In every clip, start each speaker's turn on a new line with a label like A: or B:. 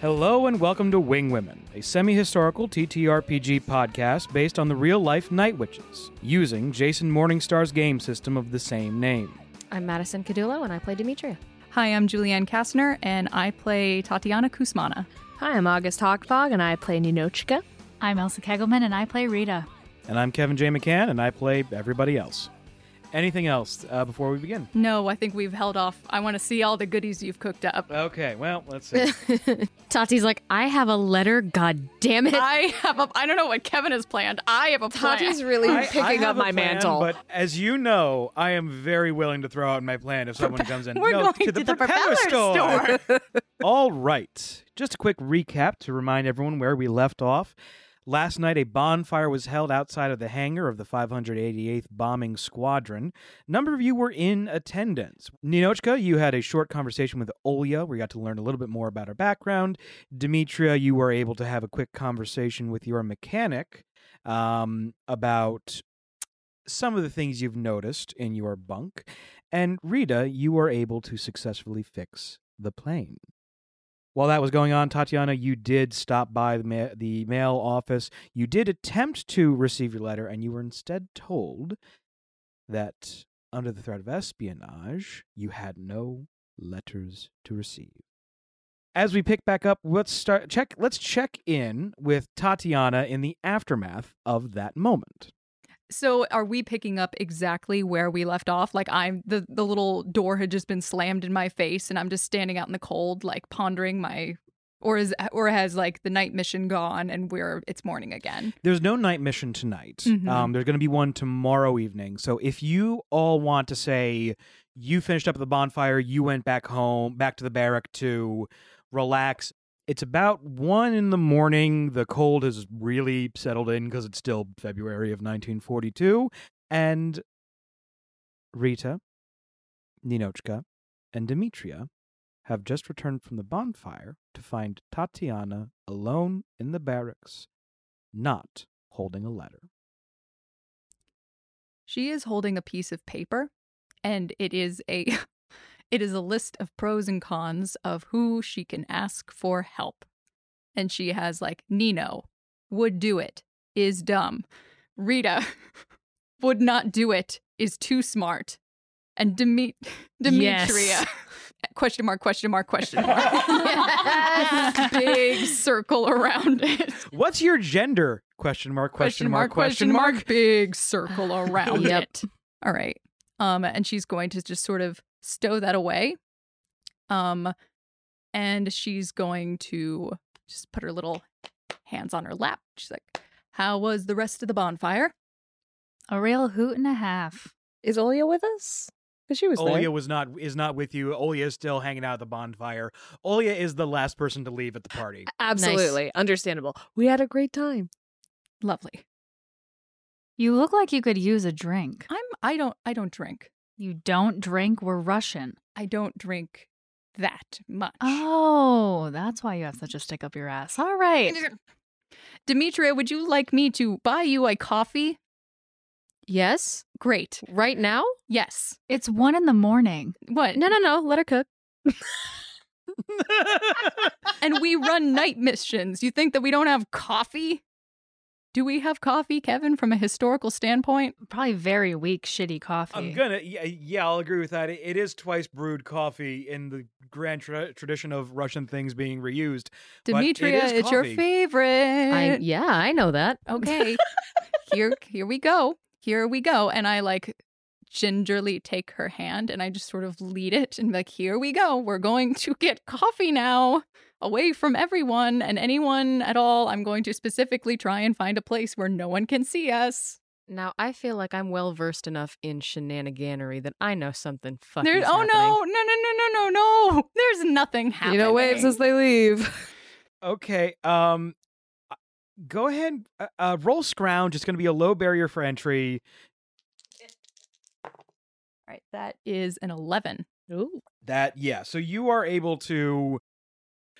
A: Hello and welcome to Wing Women, a semi historical TTRPG podcast based on the real life Night Witches, using Jason Morningstar's game system of the same name.
B: I'm Madison Cadullo, and I play Demetria.
C: Hi, I'm Julianne Kastner, and I play Tatiana Kusmana.
D: Hi, I'm August Hogfog, and I play Ninochka.
E: I'm Elsa Kegelman, and I play Rita.
A: And I'm Kevin J. McCann, and I play everybody else. Anything else uh, before we begin?
C: No, I think we've held off. I want to see all the goodies you've cooked up.
A: Okay, well, let's see.
B: Tati's like, I have a letter, god damn it.
C: I have a. I don't know what Kevin has planned. I have a plan.
D: Tati's really
A: I- I
D: picking up
A: have a
D: my
A: plan,
D: mantle.
A: But as you know, I am very willing to throw out my plan if someone comes in.
C: We're
A: no, to
C: going
A: the, propeller, store. All right. Just a quick recap to remind everyone where we left off. Last night, a bonfire was held outside of the hangar of the 588th Bombing Squadron. A number of you were in attendance. Ninochka, you had a short conversation with Olya, where you got to learn a little bit more about her background. Demetria, you were able to have a quick conversation with your mechanic um, about some of the things you've noticed in your bunk, and Rita, you were able to successfully fix the plane. While that was going on, Tatiana, you did stop by the, ma- the mail office. You did attempt to receive your letter, and you were instead told that under the threat of espionage, you had no letters to receive. As we pick back up, let's start check. Let's check in with Tatiana in the aftermath of that moment.
C: So, are we picking up exactly where we left off? Like, I'm the the little door had just been slammed in my face, and I'm just standing out in the cold, like pondering my. Or is or has like the night mission gone, and we're it's morning again.
A: There's no night mission tonight.
C: Mhm.
A: Um, there's going to be one tomorrow evening. So if you all want to say you finished up at the bonfire, you went back home, back to the barrack to relax. It's about one in the morning. The cold has really settled in because it's still February of 1942. And Rita, Ninochka, and Demetria have just returned from the bonfire to find Tatiana alone in the barracks not holding a letter.
C: She is holding a piece of paper and it is a it is a list of pros and cons of who she can ask for help. And she has like Nino would do it, is dumb. Rita would not do it, is too smart. And Demi- Demetria
B: Yes.
C: question mark question mark question mark. Big circle around it.
A: What's your gender? Question mark, question, mark, question mark.
C: big circle around
B: Yep.
C: it all right um and she's going to just sort of stow that away um and she's going to just put her little hands on her lap she's like how was the rest of the bonfire
E: A real hoot and a half.
D: Is Olia with us? Because she was
A: Olia
D: there.
A: was not is not with you. Olia is still hanging out at the bonfire. Olia is the last person to leave at the party.
D: Absolutely understandable. We had a great time.
C: lovely
E: You look like you could use a drink.
C: i'm i don't i don't drink
E: You don't drink. We're Russian.
C: i don't drink that much
E: Oh, that's why you have such a stick up your ass. All right.
C: demetria would you like me to buy you a coffee
B: Yes?
C: great
B: Right now?
C: yes
E: It's one in the morning.
C: what
B: No, no, no. Let her cook.
C: and we run night missions. You think that we don't have coffee? Do we have coffee, Kevin, from a historical standpoint?
E: Probably very weak, shitty coffee.
A: I'm gonna yeah, yeah I'll agree with that. It, it is twice brewed coffee in the grand tra- tradition of Russian things being reused. But it
C: Demetria,
A: is
C: it's your
A: coffee.
C: favorite.
B: I, yeah, I know that.
C: Okay. here here we go. Here we go. And I like gingerly take her hand and I just sort of lead it and be like, here we go. We're going to get coffee now. Away from everyone and anyone at all. I'm going to specifically try and find a place where no one can see us.
B: Now, I feel like I'm well versed enough in shenaniganery that I know something fucking.
C: There's oh no, no, no, no, no, no, no. There's nothing happening.
D: You know, waves as they leave.
A: Okay. Um, uh, go ahead. Uh, uh, roll scrounge. It's going to be a low barrier for entry.
C: All right, that is an eleven.
D: Ooh.
A: That yeah. So you are able to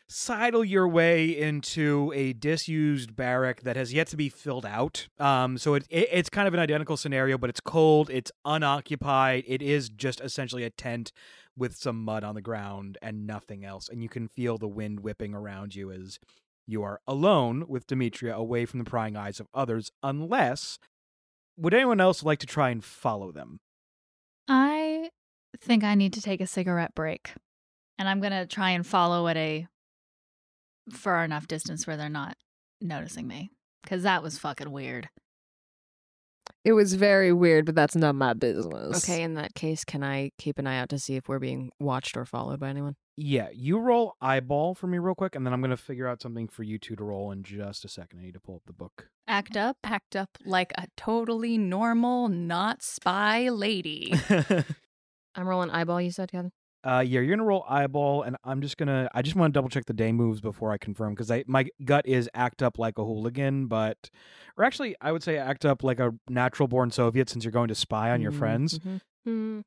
A: sidle your way into a disused barrack that has yet to be filled out. Um, so it, it it's kind of an identical scenario, but it's cold, it's unoccupied, it is just essentially a tent with some mud on the ground and nothing else, and you can feel the wind whipping around you as you are alone with Demetria, away from the prying eyes of others, unless. Would anyone else like to try and follow them?
E: I think I need to take a cigarette break. And I'm going to try and follow at a far enough distance where they're not noticing me. Because that was fucking weird.
D: It was very weird, but that's none of my business.
B: Okay, in that case, can I keep an eye out to see if we're being watched or followed by anyone?
A: Yeah, you roll eyeball for me real quick, and then I'm gonna figure out something for you two to roll in just a second. I need to pull up the book.
E: Act up.
C: Packed up like a totally normal, not spy lady.
B: I'm rolling eyeball, you said, Kevin?
A: uh, yeah, you're gonna roll eyeball, and I'm just gonna. I just want to double check the day moves before I confirm because I my gut is act up like a hooligan, but or actually I would say act up like a natural born Soviet since you're going to spy on your friends.
B: Mm-hmm.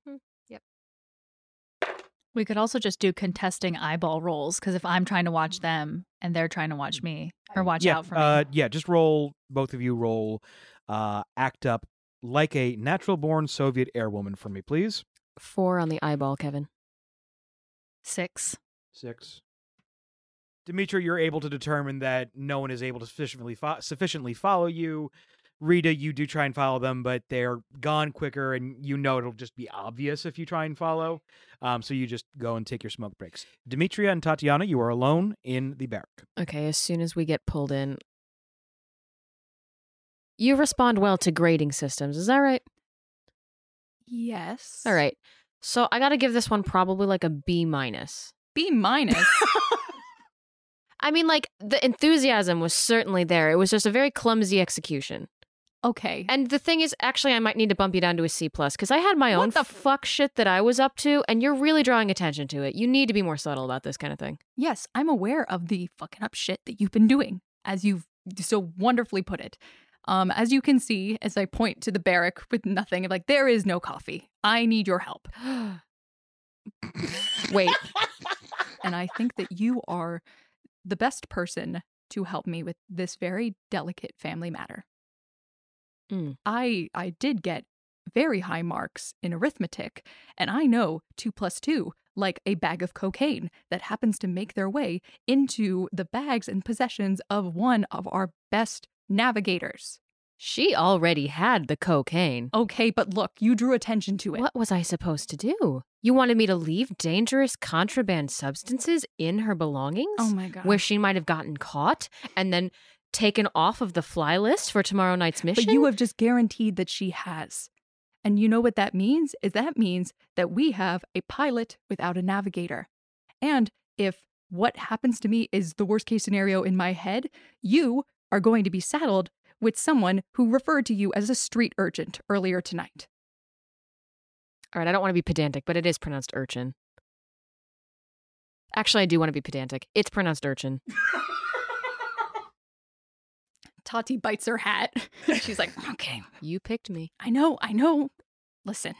E: We could also just do contesting eyeball rolls because if I'm trying to watch them and they're trying to watch me or watch
A: yeah,
E: out for
A: uh,
E: me.
A: yeah, just roll. Both of you roll. Uh, act up like a natural born Soviet airwoman for me, please.
B: Four on the eyeball, Kevin.
E: Six.
A: Six. Demetra, you're able to determine that no one is able to sufficiently fo- sufficiently follow you. Rita, you do try and follow them, but they're gone quicker, and you know it'll just be obvious if you try and follow. Um, so you just go and take your smoke breaks. Demetria and Tatiana, you are alone in the barrack.
B: Okay, as soon as we get pulled in. You respond well to grading systems, is that right?
C: yes.
B: All right. So I got to give this one probably like a B minus.
C: B minus.
B: I mean, like the enthusiasm was certainly there. It was just a very clumsy execution.
C: okay.
B: And the thing is, actually, I might need to bump you down to a C plus because I had my own
C: What the f-
B: fuck shit that I was up to, and you're really drawing attention to it. You need to be more subtle about this kind of thing.
C: Yes, I'm aware of the fucking up shit that you've been doing, as you've so wonderfully put it. Um, as you can see, as I point to the barrack with nothing, I'm like, there is no coffee. I need your help.
B: Wait,
C: And I think that you are the best person to help me with this very delicate family matter.
B: Mm.
C: I I did get very high marks in arithmetic, and I know two plus two, like a bag of cocaine that happens to make their way into the bags and possessions of one of our best navigators.
B: she already had the cocaine.
C: Okay, but look, you drew attention to it.
B: What was I supposed to do? You wanted me to leave dangerous contraband substances in her belongings?
C: Oh my god.
B: where she might have gotten caught and then taken off of the fly list for tomorrow night's mission.
C: But you have just guaranteed that she has. And you know what that means? Is that means that we have a pilot without a navigator. And if what happens to me is the worst case scenario in my head, you are going to be saddled with someone who referred to you as a street urgent earlier tonight.
B: All right, I don't want to be pedantic, but it is pronounced urchin. Actually, I do want to be pedantic. It's pronounced urchin.
C: Tati bites her hat. She's like, okay,
B: You picked me.
C: I know, I know. Listen,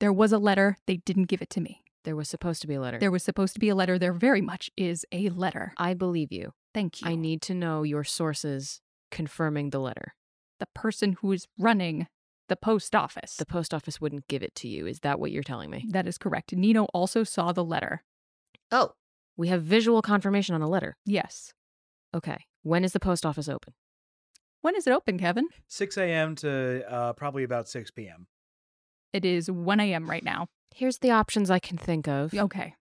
C: there was a letter. They didn't give it to me.
B: There was supposed to be a letter.
C: There was supposed to be a letter. There very much is a letter.
B: I believe you.
C: Thank you.
B: I need to know your sources confirming the letter.
C: the person who is running the post office.
B: The post office wouldn't give it to you. Is that what you're telling me?
C: that is correct. Nino also saw the letter.
B: Oh. We have visual confirmation on a letter.
C: Yes.
B: Okay. When is the post office open?
C: When is it open, Kevin?
A: 6 a.m. to uh, probably about 6 p.m.
C: It is 1 a.m. right now.
B: Here's the options I can think of.
C: Okay.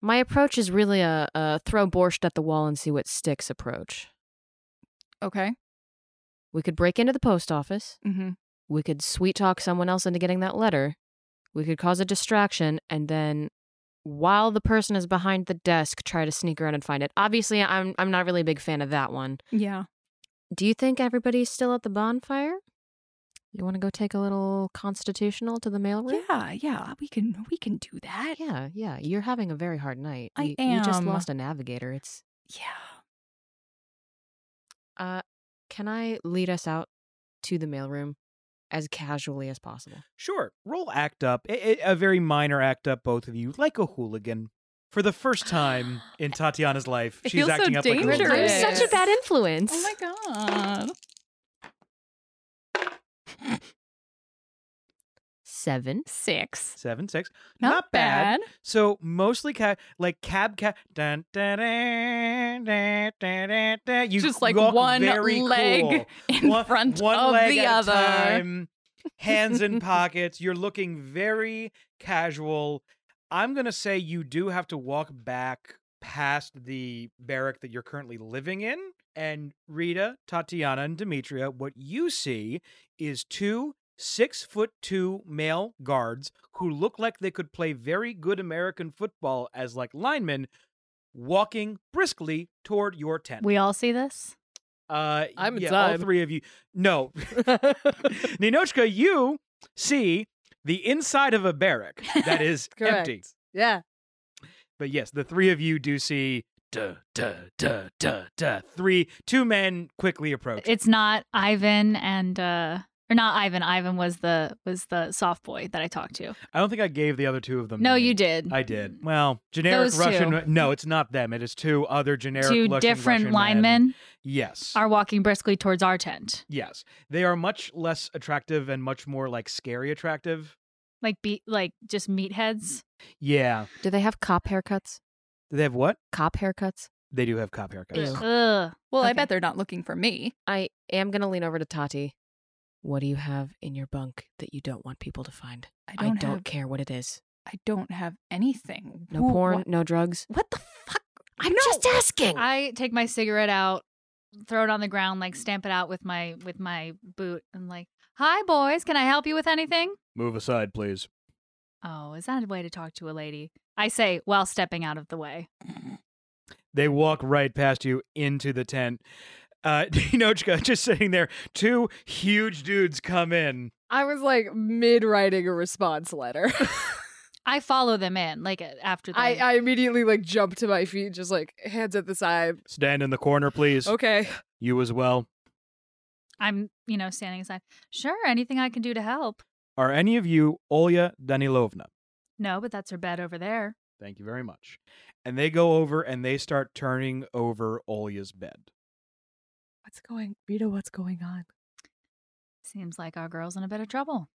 B: My approach is really a, a throw borscht at the wall and see what sticks approach.
C: Okay.
B: We could break into the post office.
C: Mm-hmm.
B: We could sweet talk someone else into getting that letter. We could cause a distraction and then while the person is behind the desk try to sneak around and find it. Obviously, I'm I'm not really a big fan of that one.
C: Yeah.
B: Do you think everybody's still at the bonfire? You want to go take a little constitutional to the mailroom?
C: Yeah. Yeah. We can. We can do that.
B: Yeah, yeah. You're having a very hard night.
C: I
B: you, you just
C: am.
B: lost a navigator. It's
C: Yeah.
B: uh can I lead us out to the mailroom as casually as possible?
A: Sure, roll act up, a, a- a very minor act up, both of you, like a hooligan for the first time in Tatiana's life,
C: It
A: she's
C: feels so
A: acting up like a
B: I'm
A: little
C: dangerous.
B: such a bad influence.
C: Oh my god.
B: Seven.
C: Six.
A: seven six.
C: Not,
A: Not bad.
C: bad.
A: So mostly cab, like cab cab. Dun, dun, dun, dun, dun, dun, dun. You
C: Just like
A: walk
C: one
A: very
C: leg
A: cool.
C: in front
A: one
C: of
A: leg
C: the
A: at a
C: other.
A: time, hands in pockets. You're looking very casual. I'm gonna say you do have to walk back past the barrack that you're currently living in. And Rita, Tatiana, and Demetria, what you see is two six foot two male guards who look like they could play very good American football as like linemen walking briskly toward your tent.
E: We all see this.
A: Uh,
D: I'm
A: yeah, all
D: inside.
A: three of you. No, Ninochka, you see the inside of a barrack that is
D: Correct.
A: empty.
D: Yeah.
A: But yes, the three of you do see duh, duh, duh, duh, duh, three two men quickly approach.
E: It's not Ivan and uh or not Ivan. Ivan was the was the soft boy that I talked to.
A: I don't think I gave the other two of them.
E: No,
A: names.
E: you did.
A: I did. Well, generic
E: Those
A: Russian.
E: two.
A: No, it's not them. It is two other generic
E: Two
A: looking
E: different
A: Russian
E: linemen
A: Men. Yes.
E: are walking briskly towards our tent.
A: Yes. They are much less attractive and much more like scary attractive.
E: Like be like just meatheads.
A: Yeah.
B: Do they have cop haircuts?
A: Do they have what?
B: Cop haircuts?
A: They do have cop haircuts.
B: Ew.
E: Ugh.
C: Well, I
E: Okay.
C: bet they're not looking for me.
B: I am going to lean over to Tati. What do you have in your bunk that you don't want people to find?
C: I don't, have,
B: care what it is.
C: I don't have anything.
B: No
C: Who-
B: porn,
C: wha-
B: no drugs.
C: What the fuck?
B: I'm
C: No.
B: just asking.
E: I take my cigarette out, throw it on the ground, like stamp it out with my with my boot, and like, "Hi, boys, can I help you with anything?"
A: Move aside, please.
E: Oh, is that a way to talk to a lady? I say while stepping out of the way.
A: They walk right past you into the tent. Uh, Dinochka just sitting there. Two huge dudes come in.
D: I was like mid writing a response letter.
E: I follow them in, like after they
D: I, I immediately like jumped to my feet, just like hands at the side.
A: Stand in the corner, please.
D: Okay.
A: You as well.
E: I'm, you know, standing aside. Sure, anything I can do to help.
A: Are any of you Olya Danilovna?
E: No, but that's her bed over there.
A: Thank you very much. And they go over and they start turning over Olya's bed.
D: What's going Rita, what's going on?
E: Seems like our girl's in a bit of trouble.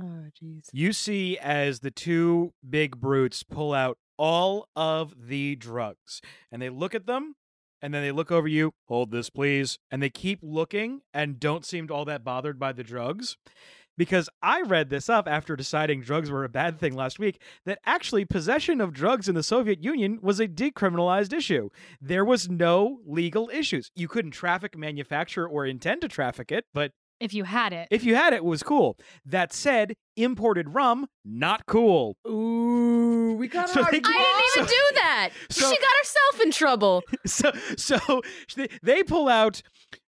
D: Oh jeez.
A: You see as the two big brutes pull out all of the drugs and they look at them and then they look over you, hold this please, and they keep looking and don't seem all that bothered by the drugs. Because I read this up after deciding drugs were a bad thing last week that actually possession of drugs in the Soviet Union was a decriminalized issue. There was no legal issues. You couldn't traffic, manufacture, or intend to traffic it, but
E: If you had it,
A: if you had it, it was cool. That said, imported rum, not cool.
D: Ooh, we got
A: So
D: our
A: they keep-
D: dog.
A: So-
B: do that.
A: so-
B: herself in trouble.
A: So, so they- they pull out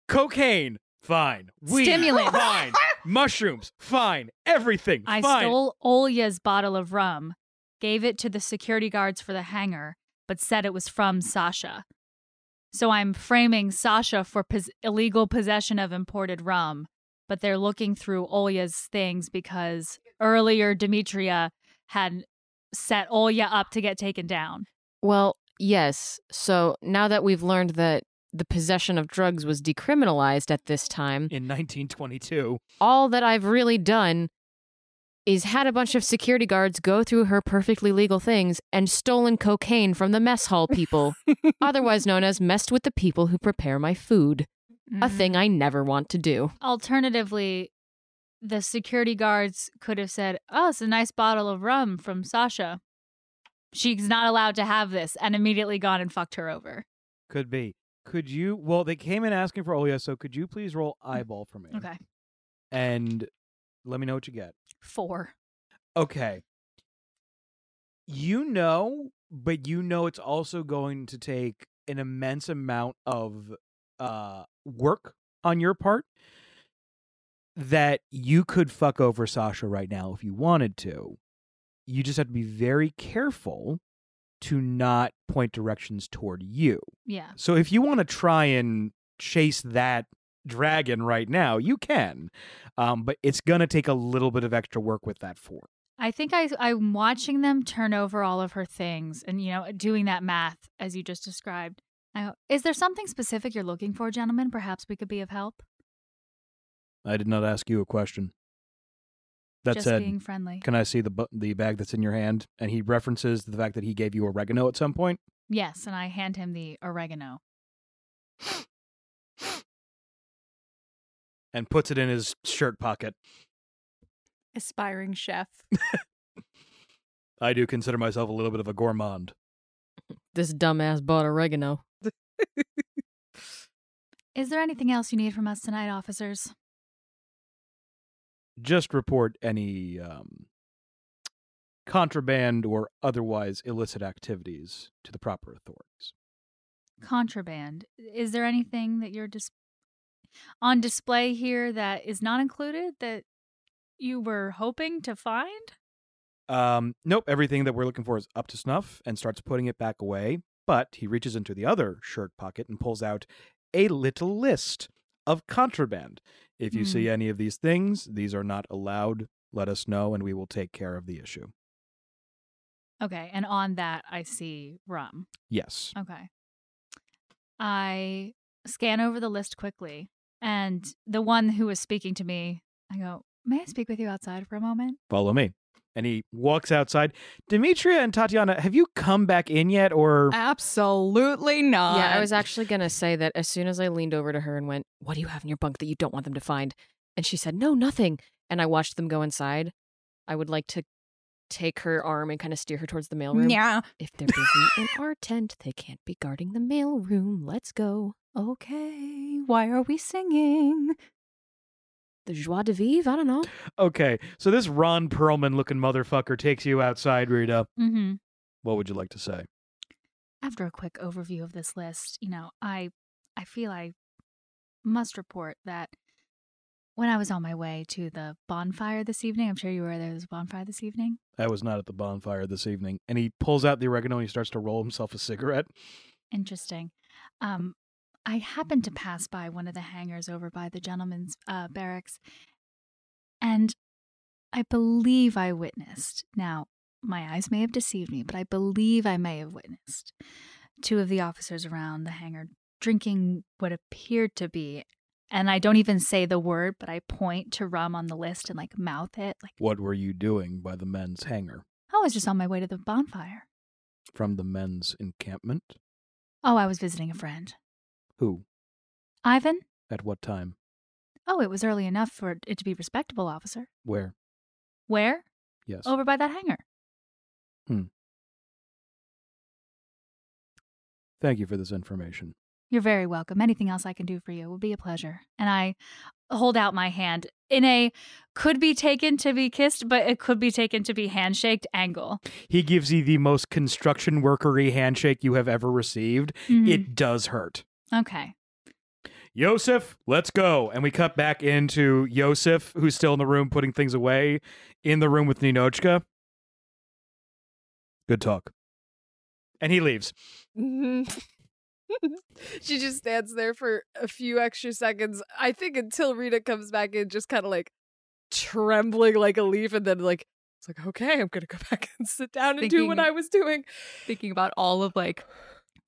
A: cocaine, fine. Weed,
E: Stimulant.
A: fine. Mushrooms, fine. Everything,
E: I
A: fine.
E: stole Olya's bottle of rum, gave it to the security guards for the hangar, but said it was from Sasha. So I'm framing Sasha for pos- illegal possession of imported rum, but they're looking through Olya's things because earlier Demetria had set Olya up to get taken down.
B: Well, yes. So now that we've learned that the possession of drugs was decriminalized at this time,
A: in 1922,
B: all that I've really done is had a bunch of security guards go through her perfectly legal things and stolen cocaine from the mess hall people, otherwise known as messed with the people who prepare my food, a
C: Mm-hmm.
B: thing I never want to do.
E: Alternatively, the security guards could have said, Oh, it's a nice bottle of rum from Sasha. She's not allowed to have this, and immediately gone and fucked her over.
A: could be. Could you? Well, they came in asking for Olya, so could you please roll eyeball for me?
E: Okay.
A: And let me know what you get.
E: Four.
A: Okay. You know, but you know it's also going to take an immense amount of uh work on your part that you could fuck over Sasha right now if you wanted to. You just have to be very careful to not point directions toward you.
E: Yeah.
A: So if you want to try and chase that dragon right now, you can. Um, but it's going to take a little bit of extra work with that four.
E: I I think I I'm watching them turn over all of her things and you know doing that math as you just described. I go, is there something specific you're looking for, gentlemen? Perhaps we could be of help.
A: I did not ask you a question. That
E: just
A: said,
E: being friendly.
A: can I see the bu- the bag that's in your hand? And he references the fact that he gave you oregano at some point.
E: yes, and I hand him the oregano.
A: and puts it in his shirt pocket.
C: Aspiring chef.
A: I do consider myself a little bit of a gourmand.
B: This dumbass bought oregano.
E: Is there anything else you need from us tonight, officers?
A: Just report any um, contraband or otherwise illicit activities to the proper authorities.
E: Contraband. Is there anything that you're dis- on display here that is not included that you were hoping to find?
A: Um, nope, everything that we're looking for is up to snuff and starts putting it back away. But he reaches into the other shirt pocket and pulls out a little list of contraband. If you
E: Hmm.
A: see any of these things, these are not allowed. Let us know and we will take care of the issue.
E: Okay, and on that I see rum.
A: Yes.
E: Okay. I scan over the list quickly, and the one who was speaking to me, I go, May I speak with you outside for a moment?
A: follow me. And he walks outside. Demetria and Tatiana, have you come back in yet? Or
C: Absolutely not.
B: yeah,
D: Uh,
B: I was actually going to say that as soon as I leaned over to her and went, What do you have in your bunk that you don't want them to find? And she said, No, nothing. And I watched them go inside. I would like to take her arm and kind of steer her towards the mailroom.
C: Yeah.
B: If they're busy in our tent, they can't be guarding the mailroom. Let's go.
C: Okay. Why are we singing?
B: The joie de vivre? I don't know.
A: okay, so this Ron Perlman looking motherfucker takes you outside, Rita.
E: Mm-hmm.
A: What would you like to say?
E: After a quick overview of this list, you know, I I feel I must report that when I was on my way to the bonfire this evening, I'm sure you were there was a bonfire this evening.
A: I was not at the bonfire this evening. And he pulls out the oregano and he starts to roll himself a cigarette.
E: Interesting. Um, I happened to pass by one of the hangars over by the gentleman's uh, barracks, and I believe I witnessed. Now, my eyes may have deceived me, but I believe I may have witnessed two of the officers around the hangar drinking what appeared to be, and I don't even say the word, but I point to rum on the list and like mouth it, like, "Oh,
A: What were you doing by the men's hangar?
E: I was just on my way to the bonfire.
A: From the men's encampment?
E: Oh, I was visiting a friend.
A: Who?
E: Ivan?
A: At what time?
E: Oh, it was early enough for it to be respectable, officer.
A: Where?
E: Where?
A: Yes.
E: Over by that hangar.
A: Thank you for this information.
E: You're very welcome. Anything else I can do for you would be a pleasure. And I hold out my hand in a could be taken to be kissed, but it could be taken to be handshaked angle.
A: He gives you the most construction workery handshake you have ever received.
E: Mhm.
A: It does hurt.
E: okay.
A: Yosef, let's go. And we cut back into Yosef, who's still in the room putting things away, in the room with Ninochka. Good talk. And he leaves.
D: Mhm. she just stands there for a few extra seconds. I think until Rita comes back in, just kind of like trembling like a leaf, and then like it's like, okay, I'm gonna go back and sit down and do what
C: Thinking-
D: I was doing.
C: Thinking about all of like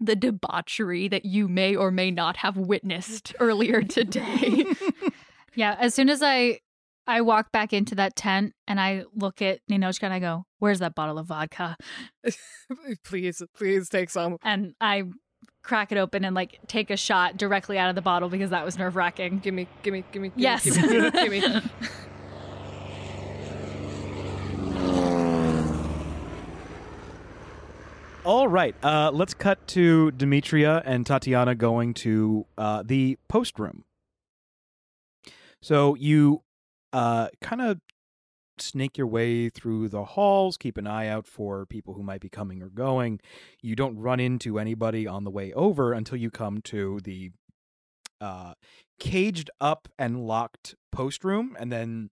C: the debauchery that you may or may not have witnessed earlier today.
E: Yeah. As soon as I I walk back into that tent and I look at Ninochka and I go, Where's that bottle of vodka?
D: please, please take some.
E: And I crack it open and like take a shot directly out of the bottle because that was nerve wracking.
D: Gimme, gimme, gimme, gimme.
E: Yes.
D: gimme, gimme, gimme.
A: All right, uh, let's cut to Demetria and Tatiana going to uh, the post room. So you uh, kind of snake your way through the halls, keep an eye out for people who might be coming or going. You don't run into anybody on the way over until you come to the uh, caged up and locked post room, and then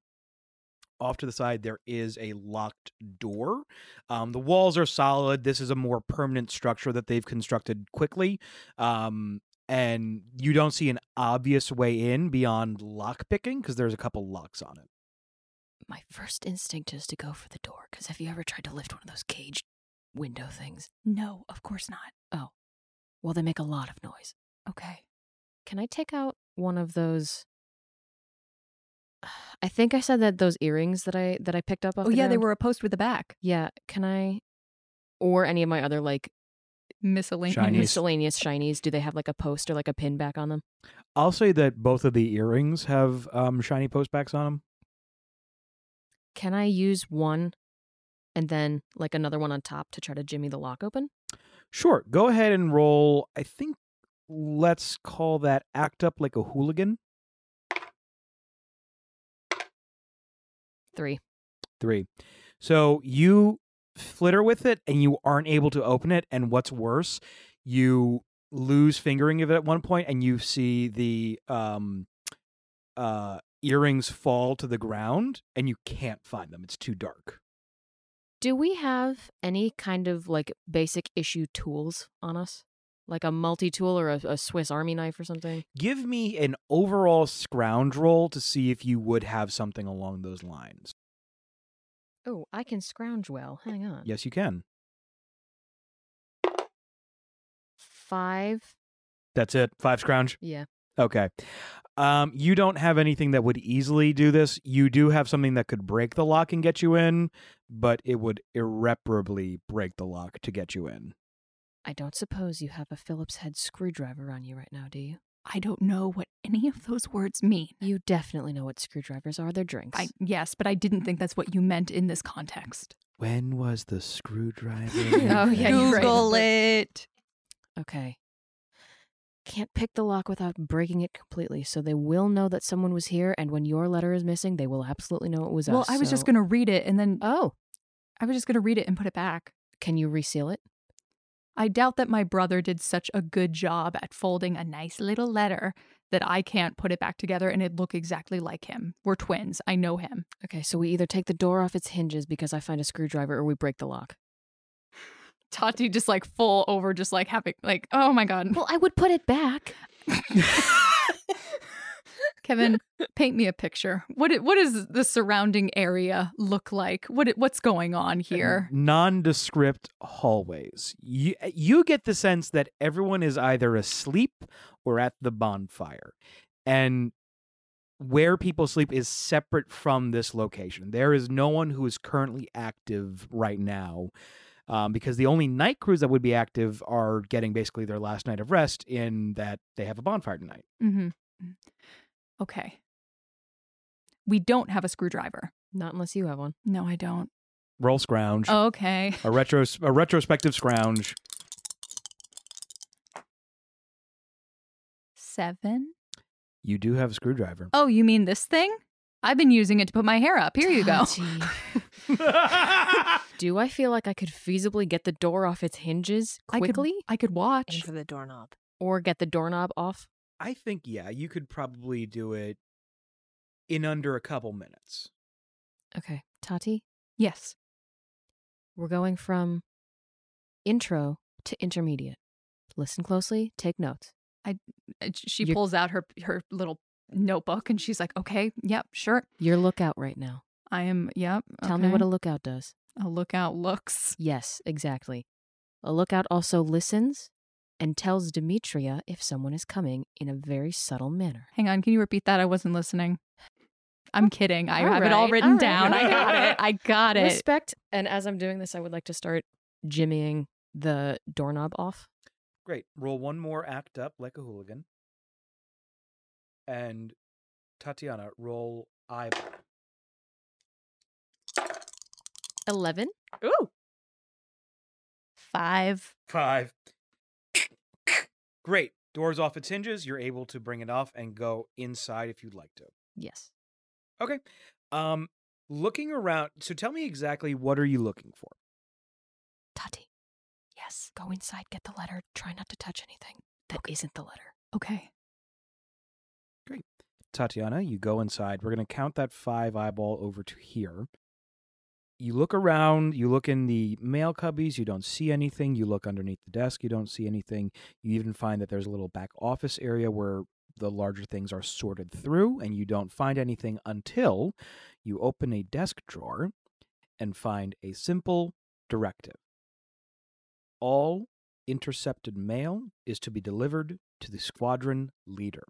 A: off to the side there is a locked door. Um, the walls are solid. This is a more permanent structure that they've constructed quickly. Um, and you don't see an obvious way in beyond lock picking because there's a couple locks on it.
B: my first instinct is to go for the door. Because have you ever tried to lift one of those cage window things?
C: No, of course not.
B: Well, they make a lot of noise.
C: Okay.
B: Can I take out one of those? I think I said that those earrings that I that I picked up off.
C: Oh
B: the
C: yeah, they
B: ground.
C: were a post with a back.
B: Yeah, can I? Or any of my other like
C: Miscellaneous.
A: Shiny. Shinies.
B: miscellaneous shinies? Do they have like a post or like a pin back on them?
A: I'll say that both of the earrings have um, shiny postbacks on them.
B: Can I use one, and then like another one on top to try to jimmy the lock open?
A: Sure. Go ahead and roll. I think let's call that act up like a hooligan.
B: Three.
A: Three. So you flitter with it and you aren't able to open it. And what's worse, you lose fingering of it at one point and you see the um, uh, earrings fall to the ground and you can't find them. It's too dark.
B: Do we have any kind of like basic issue tools on us? Like a multi tool or a, a Swiss Army knife or something?
A: Give me an overall scrounge roll to see if you would have something along those lines.
B: Oh, I can scrounge well. Hang on.
A: Yes, you can.
B: Five.
A: That's it. Five scrounge.
B: Yeah.
A: Okay. Um, you don't have anything that would easily do this. You do have something that could break the lock and get you in, but it would irreparably break the lock to get you in.
B: I don't suppose you have a Phillips head screwdriver on you right now, do you?
C: I don't know what any of those words mean.
B: You definitely know what screwdrivers are. They're drinks.
C: I yes, but I didn't think that's what you meant in this context.
A: When was the screwdriver?
B: Oh, yeah, you're right.
C: Google it.
B: Okay. Can't pick the lock without breaking it completely, so they will know that someone was here, and when your letter is missing, they will absolutely know it was
C: Well,
B: us.
C: I was just
B: so-
C: gonna read it and then
B: Oh,
C: I was just gonna read it and put it back.
B: can you reseal it?
C: I doubt that my brother did such a good job at folding a nice little letter that I can't put it back together and it look exactly like him. We're twins. I know him.
B: Okay, so we either take the door off its hinges because I find a screwdriver or we break the lock.
C: Tati just like full over, just like having like, oh my god.
B: Well, I would put it back.
C: Kevin, paint me a picture. What it, what does the surrounding area look like? What it, what's going on here?
A: Nondescript hallways. You, you get the sense that everyone is either asleep or at the bonfire. And where people sleep is separate from this location. There is no one who is currently active right now um, because the only night crews that would be active are getting basically their last night of rest in that they have a bonfire tonight.
C: Mm-hmm. Okay. We don't have a screwdriver.
B: Not unless you have one.
C: No, I don't.
A: Roll scrounge.
C: Oh. Okay.
A: A retro a retrospective scrounge.
C: Seven.
A: You do have a screwdriver.
C: Oh, you mean this thing? I've been using it to put my hair up. Here you go.
B: Tati, Do I feel like I could feasibly get the door off its hinges quickly?
C: I could, I could
F: Aim
C: watch.
F: for the doorknob.
B: Or get the doorknob off?
A: I think yeah, you could probably do it in under a couple minutes.
B: Okay, Tati,
C: Yes.
B: we're going from intro to intermediate. Listen closely, take notes.
C: And sh- Uh, She
B: You're-
C: pulls out her her little notebook and she's like, "Okay, yep, sure.
B: Your lookout right now.
C: I am. Yep.
B: Tell me what
C: okay.
B: a lookout does.
C: a lookout looks.
B: Yes, exactly. A lookout also listens and tells Demetria if someone is coming in a very subtle manner.
C: Hang on, can you repeat that? I wasn't listening. I'm kidding. I
B: All
C: have it all
B: right,
C: written
B: all right.
C: down. I got it. I got it.
B: Respect. And as I'm doing this, I would like to start jimmying the doorknob off.
A: Great. Roll one more act up like a hooligan. And Tatiana, roll eyeball.
B: 11.
D: Ooh.
C: Five.
A: Five. Great. Doors off its hinges. You're able to bring it off and go inside if you'd like to.
B: Yes.
A: Okay. Um looking around, so tell me exactly what are you looking for?
B: Tati. Yes. Go inside, get the letter. Try not to touch anything that not the letter.
C: Okay.
A: Tatiana, you go inside. We're going to count that five eyeball over to here. You look around, you look in the mail cubbies, you don't see anything. You look underneath the desk, you don't see anything. You even find that there's a little back office area where the larger things are sorted through, and you don't find anything until You open a desk drawer and find a simple directive. All intercepted mail is to be delivered to the squadron leader,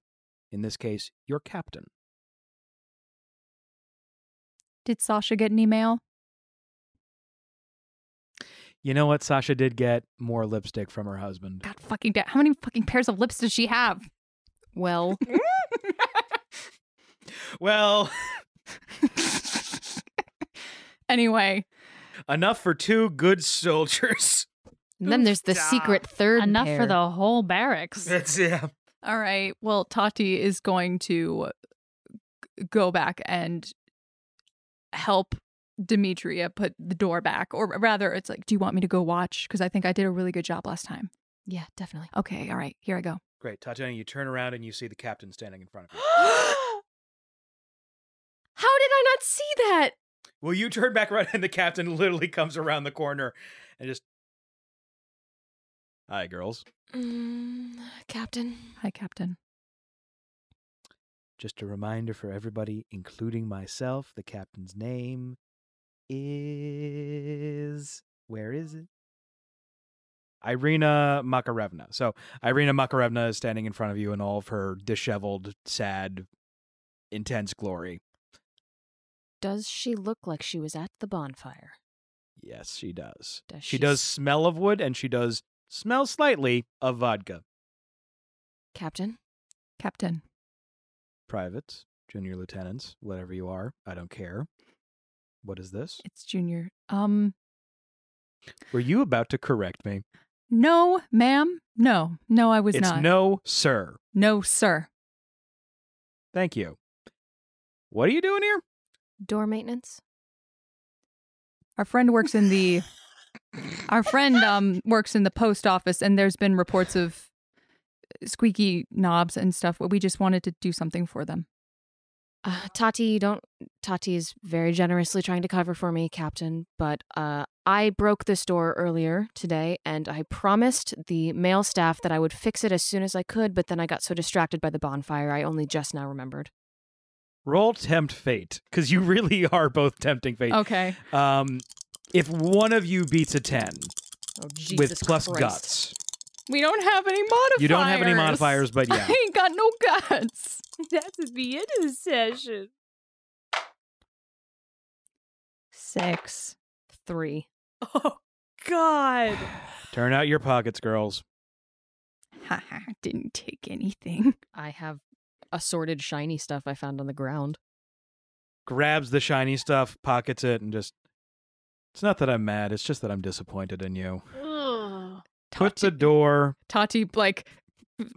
A: in this case, your captain.
C: Did Sasha get an email?
A: You know what? Sasha did get more lipstick from her husband.
C: God fucking damn. How many fucking pairs of lips does she have?
B: Well,
A: Well,
C: anyway,
A: enough for two good soldiers.
B: and then there's the
A: Oof-da.
B: secret third
E: Enough
B: pair.
E: for the whole barracks.
A: That's yeah.
C: all right. Well, Tati is going to g- go back and help Demetria put the door back, or rather, it's like, do you want me to go watch? Because I think I did a really good job last time.
B: Yeah, definitely.
C: Okay, all right, here I go.
A: Great, Tatiana. You turn around and you see the captain standing in front of you.
B: How did I not see that?
A: Well, you turn back around and the captain literally comes around the corner and just. Hi, girls.
B: Mm, Captain.
C: Hi, Captain.
A: Just a reminder for everybody, including myself, the captain's name is. Where is it? Irina Makarevna. So, Irina Makarevna is standing in front of you in all of her disheveled, sad, intense glory.
B: Does she look like she was at the bonfire?
A: Yes, she does.
B: Does
A: she
B: she
A: does
B: s-
A: smell of wood and she does smell slightly of vodka.
B: Captain?
C: Captain.
A: Privates, junior lieutenants, whatever you are, I don't care. What is this?
C: It's Junior. Um,
A: Were you about to correct me?
C: no, ma'am. No, no, I was
A: it's
C: not.
A: no, sir.
C: no, sir.
A: Thank you. What are you doing here?
B: Door maintenance?
C: Our friend works in the our friend um works in the post office and there's been reports of squeaky knobs and stuff. We just wanted to do something for them.
B: Uh, Tati, you don't. Tati is very generously trying to cover for me, Captain, but uh, I broke this door earlier today and I promised the male staff that I would fix it as soon as I could, but then I got so distracted by the bonfire I only just now remembered.
A: Roll tempt fate, because you really are both tempting fate.
C: Okay.
A: Um, if one of you beats a 10
B: Oh,
A: with plus guts,
C: We don't have any modifiers.
A: you don't have any modifiers, but yeah.
C: I ain't got no guts.
D: That would be end of the session.
C: Six.
B: Three.
D: Oh God.
A: Turn out your pockets, girls.
C: Haha, didn't take anything.
B: I have assorted shiny stuff I found on the ground.
A: grabs the shiny stuff, pockets it, and just. It's not that I'm mad, it's just that I'm disappointed in you.
D: Ugh.
A: Put the door.
C: Tati like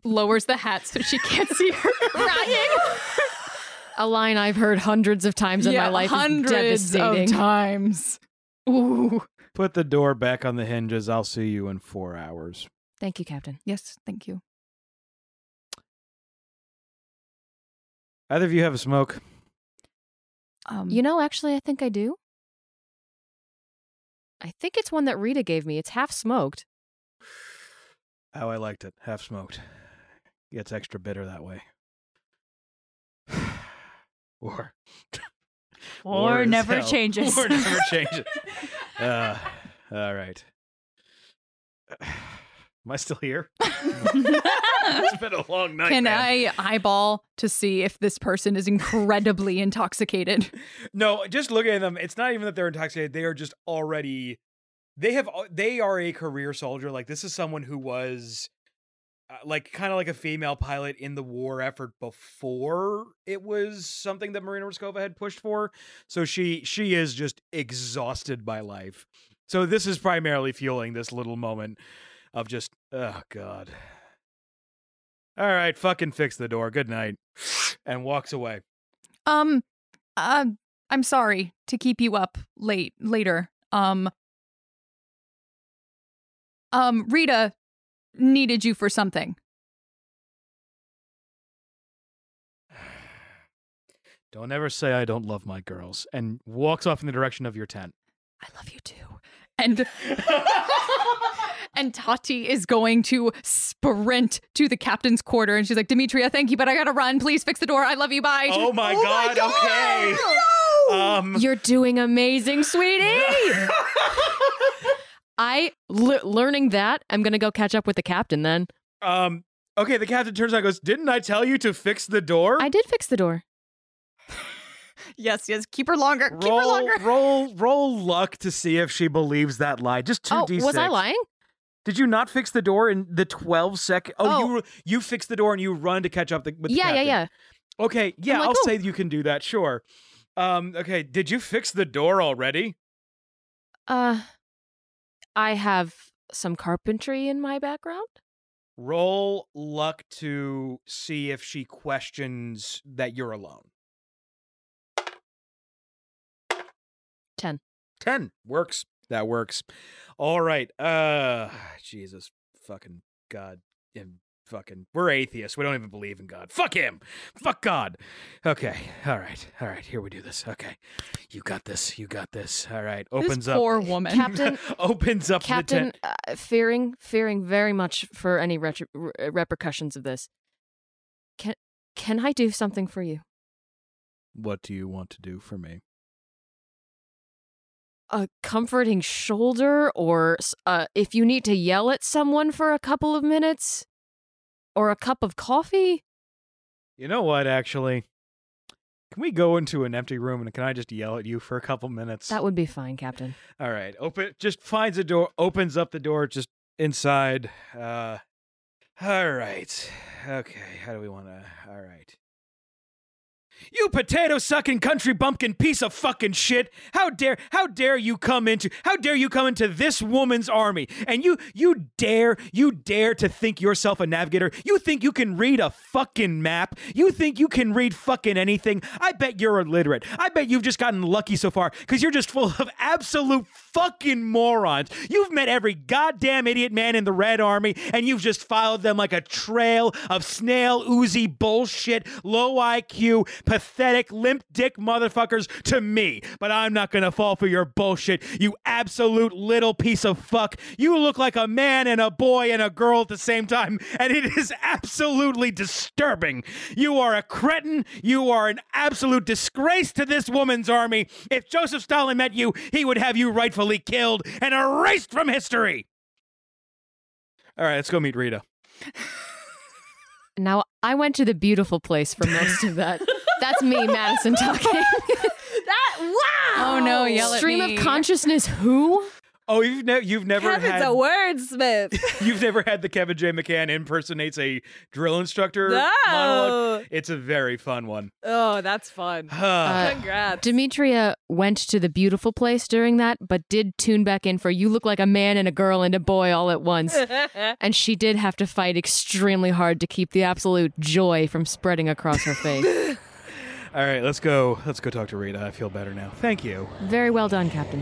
C: lowers the hat so she can't see her crying.
B: A line I've heard hundreds of times in my life
C: hundreds
B: is devastating.
C: of times. Ooh.
A: Put the door back on the hinges. I'll see you in four hours.
B: Thank you, Captain.
C: Yes, thank you.
A: Either of you have a smoke?
C: Um,
B: You know, actually, I think I do. I think it's one that Rita gave me. It's half smoked.
A: How I liked it. Half smoked. Gets extra bitter that way. or.
E: Or
A: as
E: never
A: hell.
E: changes.
A: Or never changes. Uh, all right. Am I still here? it's been a long night.
C: Can
A: man.
C: I eyeball to see if this person is incredibly intoxicated?
A: No, just look at them. It's not even that they're intoxicated. They are just already. They have. al- They are a career soldier. Like this is someone who was, uh, like, kind of like a female pilot in the war effort before it was something that Marina Raskova had pushed for. So she she is just exhausted by life. So this is primarily fueling this little moment of just oh god. All right, fucking fix the door. Good night, and walks away.
C: Um, uh, I'm sorry to keep you up late later. Um, um, Rita needed you for something.
A: Don't ever say I don't love my girls. And walks off in the direction of your tent.
C: I love you too. And and Tati is going to sprint to the captain's quarter,
B: Oh
C: and she's like, "Demetria, thank you, but I gotta run. Please fix the door. I love you. Bye."
A: Oh my, god, Oh okay. Woo! Um,
B: You're doing amazing, sweetie. I le- learning that I'm gonna go catch up with the captain. Then
A: um, okay, the captain turns around and goes, Didn't I tell you to fix the door?
B: I did fix the door.
C: Yes, yes. Keep her longer. Keep her
A: roll,
C: longer.
A: roll, roll luck to see if she believes that lie. Just two
B: Oh,
A: d6.
B: was I lying?
A: Did you not fix the door in the 12 second? Oh, you you fix the door and you run to catch up the, with the
B: yeah, yeah,
A: captain.
B: yeah.
A: Okay, yeah,
B: I'm like,
A: I'll
B: "Oh."
A: say you can do that. Sure. Um, okay, did you fix the door already?
B: Uh, I have some carpentry in my background.
A: Roll luck to see if she questions that you're alone.
B: Ten.
A: Ten works. That works. All right. Uh, Jesus, fucking God, and fucking. We're atheists. We don't even believe in God. Fuck him. Fuck God. Okay. All right. All right. Here we do this. Okay. You got this. You got this. All right. Opens
C: this
A: up.
C: poor woman.
B: Cap- Captain-
A: opens up the tent.
B: Captain, uh, fearing, fearing very much for any retro- re- repercussions of this. Can can I do something for you?
A: What do you want to do for me?
B: a comforting shoulder or s- uh, if you need to yell at someone for a couple of minutes or a cup of coffee
A: You know what? Actually, can we go into an empty room and can I just yell at you for a couple minutes?
B: that would be fine captain
A: All right. Open. Just finds a door. Opens up the door. Just inside. Uh. All right. Okay. How do we want to? All right. You potato sucking country bumpkin piece of fucking shit! How dare how dare you come into how dare you come into this woman's army? And you you dare you dare to think yourself a navigator? You think you can read a fucking map? You think you can read fucking anything? I bet you're illiterate. I bet you've just gotten lucky so far cuz you're just full of absolute fucking morons. You've met every goddamn idiot man in the red army and you've just followed them like a trail of snail oozy bullshit, low IQ, pathetic, limp dick motherfuckers to me. But I'm not gonna fall for your bullshit, you absolute little piece of fuck. You look like a man and a boy and a girl at the same time, and it is absolutely disturbing. You are a cretin, you are an absolute disgrace to this woman's army. If Joseph Stalin met you, he would have you rightfully killed and erased from history. All right, let's go meet Rita.
B: now i went to the beautiful place for most of that that's me madison talking
D: That wow.
C: Oh, no, yell at
B: stream
C: me.
B: of consciousness who
A: Oh, you've, ne- you've never
D: Kevin's
A: had
D: a wordsmith.
A: You've never had the Kevin J. McCann impersonates a drill instructor
D: no.
A: monologue? It's a very fun one.
D: Oh, that's fun.
B: Uh,
D: Congrats.
B: demetria went to the beautiful place during that but did tune back in for you look like a man and a girl and a boy all at once and she did have to fight extremely hard to keep the absolute joy from spreading across her face
A: All right, let's go. Let's go talk to Rita. I feel better now. Thank you.
B: Very well done, Captain.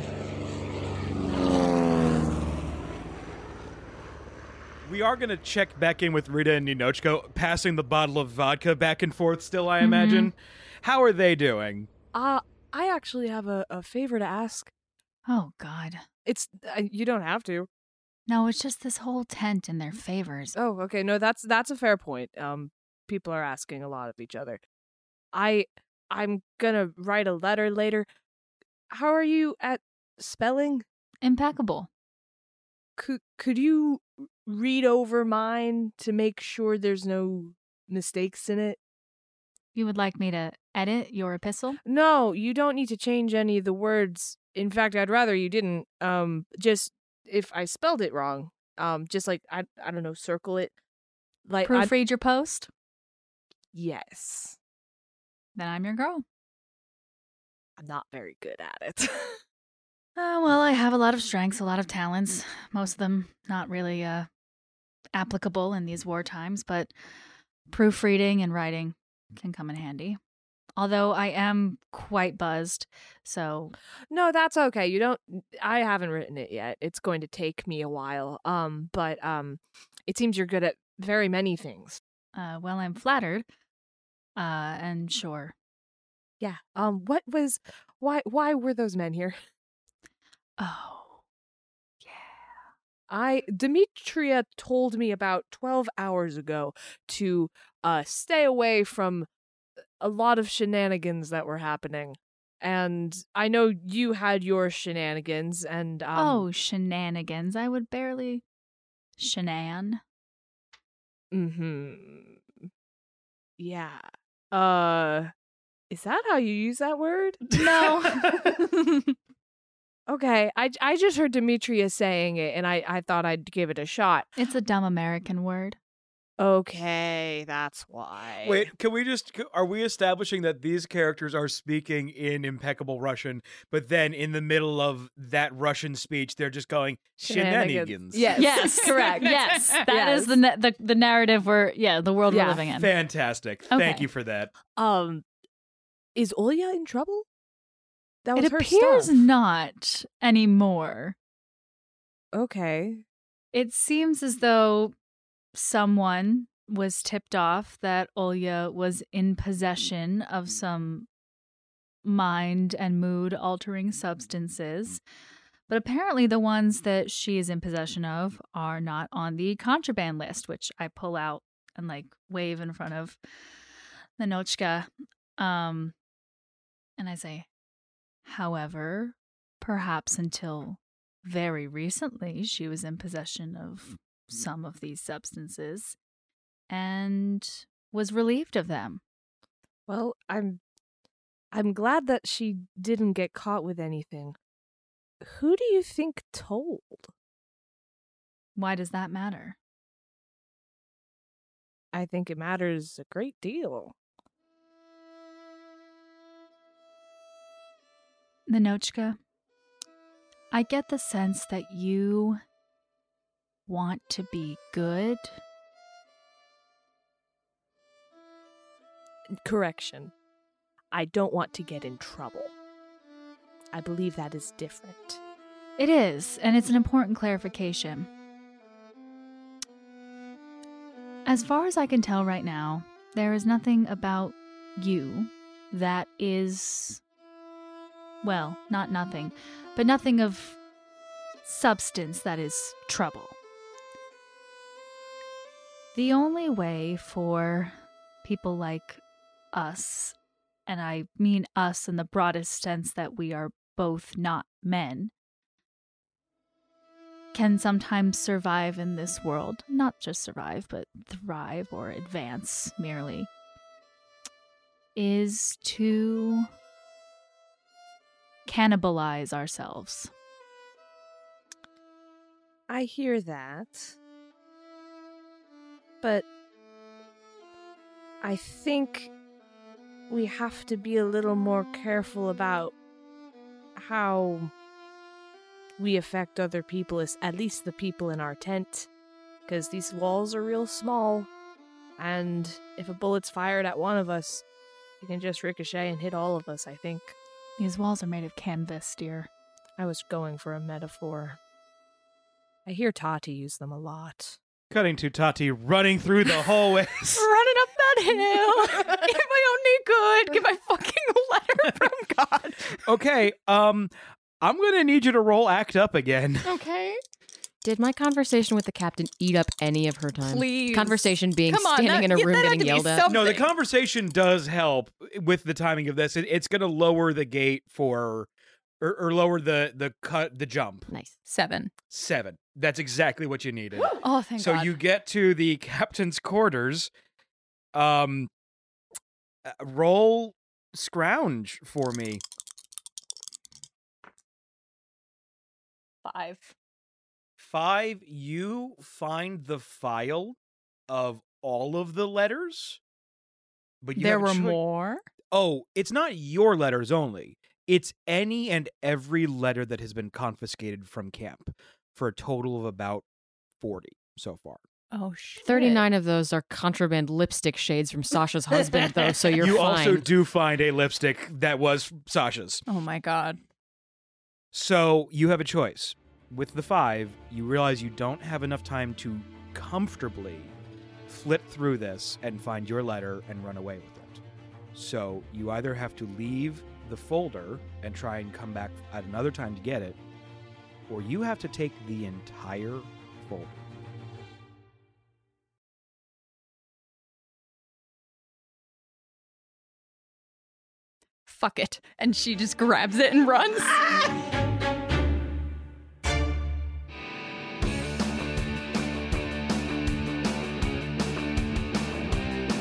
A: We are going to check back in with Rita and Ninochko, passing the bottle of vodka back and forth still, I imagine. How are they doing?
D: uh, I actually have a, a favor to ask.
E: Oh God.
D: It's uh, you don't have to.
E: No, it's just this whole tent and their favors.
D: Oh, okay. No, that's that's a fair point. Um, people are asking a lot of each other. I I'm gonna write a letter later. How are you at spelling?
E: Impeccable.
D: Could could you read over mine to make sure there's no mistakes in it?
E: You would like me to edit your epistle?
D: No, you don't need to change any of the words. In fact, I'd rather you didn't. Um, just if I spelled it wrong, um, just like I I don't know, circle it. Like I,
E: Proofread your post?
D: yes,
E: Then I'm your girl.
D: I'm not very good at it.
E: Uh, well, I have a lot of strengths, a lot of talents, most of them not really uh, applicable in these war times, but proofreading and writing can come in handy. Although I am quite buzzed, so
D: No, that's okay. You don't I haven't written it yet. It's going to take me a while. Um, but um it seems you're good at very many things.
E: uh, well, I'm flattered. Uh, and sure,
D: Yeah. Um what was why why were those men here?
E: oh,
D: I Demetria told me about 12 hours ago to uh stay away from a lot of shenanigans that were happening
B: and I know you had your shenanigans, and um,
E: oh, shenanigans. I would barely. Shenan.
B: hmm yeah. Uh, is that how you use that word?
C: Mm.
E: No.
B: Okay, I I just heard Demetrius saying it, and I I thought I'd give it a shot.
E: it's a dumb American word.
B: Okay, that's why.
A: Wait, can we just are we establishing that these characters are speaking in impeccable Russian, but then in the middle of that Russian speech, they're just going shenanigans.
B: Yes.
E: Yes, correct. Yes, that is the, na- the the narrative we're yeah the world
B: Yeah.
E: we're living in.
A: Fantastic. Thank
E: Okay.
A: you for that.
B: Um, is Olya in trouble? That was
E: It
B: her
E: appears
B: stuff.
E: not anymore.
B: Okay.
E: It seems as though someone was tipped off that Olya was in possession of some mind and mood altering substances. But apparently, the ones that she is in possession of are not on the contraband list, which I pull out and like wave in front of Nanochka. Um, and I say, however, perhaps until very recently she was in possession of some of these substances and was relieved of them.
B: Well, I'm I'm glad that she didn't get caught with anything. Who do you think told?
E: Why does that matter?
B: I think it matters a great deal.
E: Ninochka, I get the sense that you want to be good.
B: Correction. I don't want to get in trouble. I believe that is different.
E: It is, and it's an important clarification. As far as I can tell right now, there is nothing about you that is. Well, not nothing, but nothing of substance that is trouble. The only way for people like us, and I mean us in the broadest sense that we are both not men, can sometimes survive in this world, not just survive, but thrive or advance merely, is to cannibalize ourselves.
B: I hear that. But I think we have to be a little more careful about how we affect other people, as- at least the people in our tent, because these walls are real small. And if a bullet's fired at one of us, it can just ricochet and hit all of us, I think.
E: These walls are made of canvas, dear.
B: I was going for a metaphor. I hear Tati use them a lot.
G: Cutting to Tati running through the hallways.
C: Running up that hill. if I only could give my fucking letter from God.
G: okay, um, I'm gonna need you to roll act up again.
C: Okay.
D: Did my conversation with the captain eat up any of her time?
C: Please.
D: Conversation being
C: Come on,
D: standing in
C: that-
D: a
C: yeah,
D: room
C: that had
D: getting
C: to be
D: yelled at.
C: some-
A: No, the
C: Something.
A: conversation does help with the timing of this. It, it's going to lower the gate for or, or lower the the cut the jump.
D: nice.
C: Seven.
A: Seven. That's exactly what you needed.
C: Oh, thank
A: so
C: God.
A: you get to the captain's quarters. Um, uh, roll scrounge for me.
C: five.
A: Five. You find the file of all of the letters, but you
C: there
A: have a
C: were
A: choi-
C: more.
A: Oh, it's not your letters only. It's any and every letter that has been confiscated from camp, for a total of about forty so far.
C: Oh shit.
D: 39 of those are contraband lipstick shades from Sasha's husband, though, so you're
A: you
D: fine.
A: also do find a lipstick that was Sasha's.
C: Oh my god.
A: So you have a choice. With the five, you realize you don't have enough time to comfortably flip through this and find your letter and run away with it. So you either have to leave the folder and try and come back at another time to get it, or you have to take the entire folder.
C: fuck it. And she just grabs it and runs.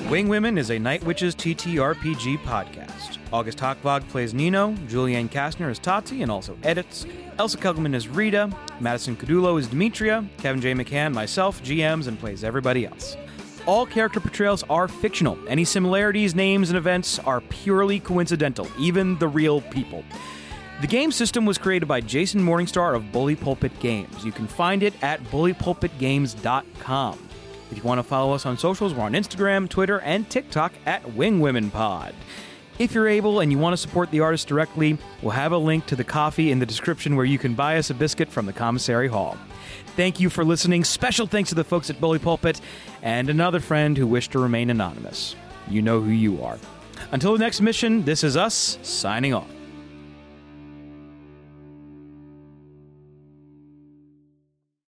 A: Wing Women is a Night Witches TTRPG podcast. August Hockvog plays Nino, Julianne Kastner is Tati and also edits, Elsa Kelgelman is Rita, Madison Cadulo is Demetria, Kevin J. McCann, myself, GMs, and plays everybody else. All character portrayals are fictional. Any similarities, names, and events are purely coincidental, even the real people. The game system was created by Jason Morningstar of Bully Pulpit Games. You can find it at bullypulpitgames.com. If you want to follow us on socials, we're on Instagram, Twitter, and TikTok at WingWomenPod. If you're able and you want to support the artist directly, we'll have a link to the coffee in the description where you can buy us a biscuit from the commissary hall. Thank you for listening. Special thanks to the folks at Bully Pulpit and another friend who wished to remain anonymous. You know who you are. Until the next mission, this is us signing off.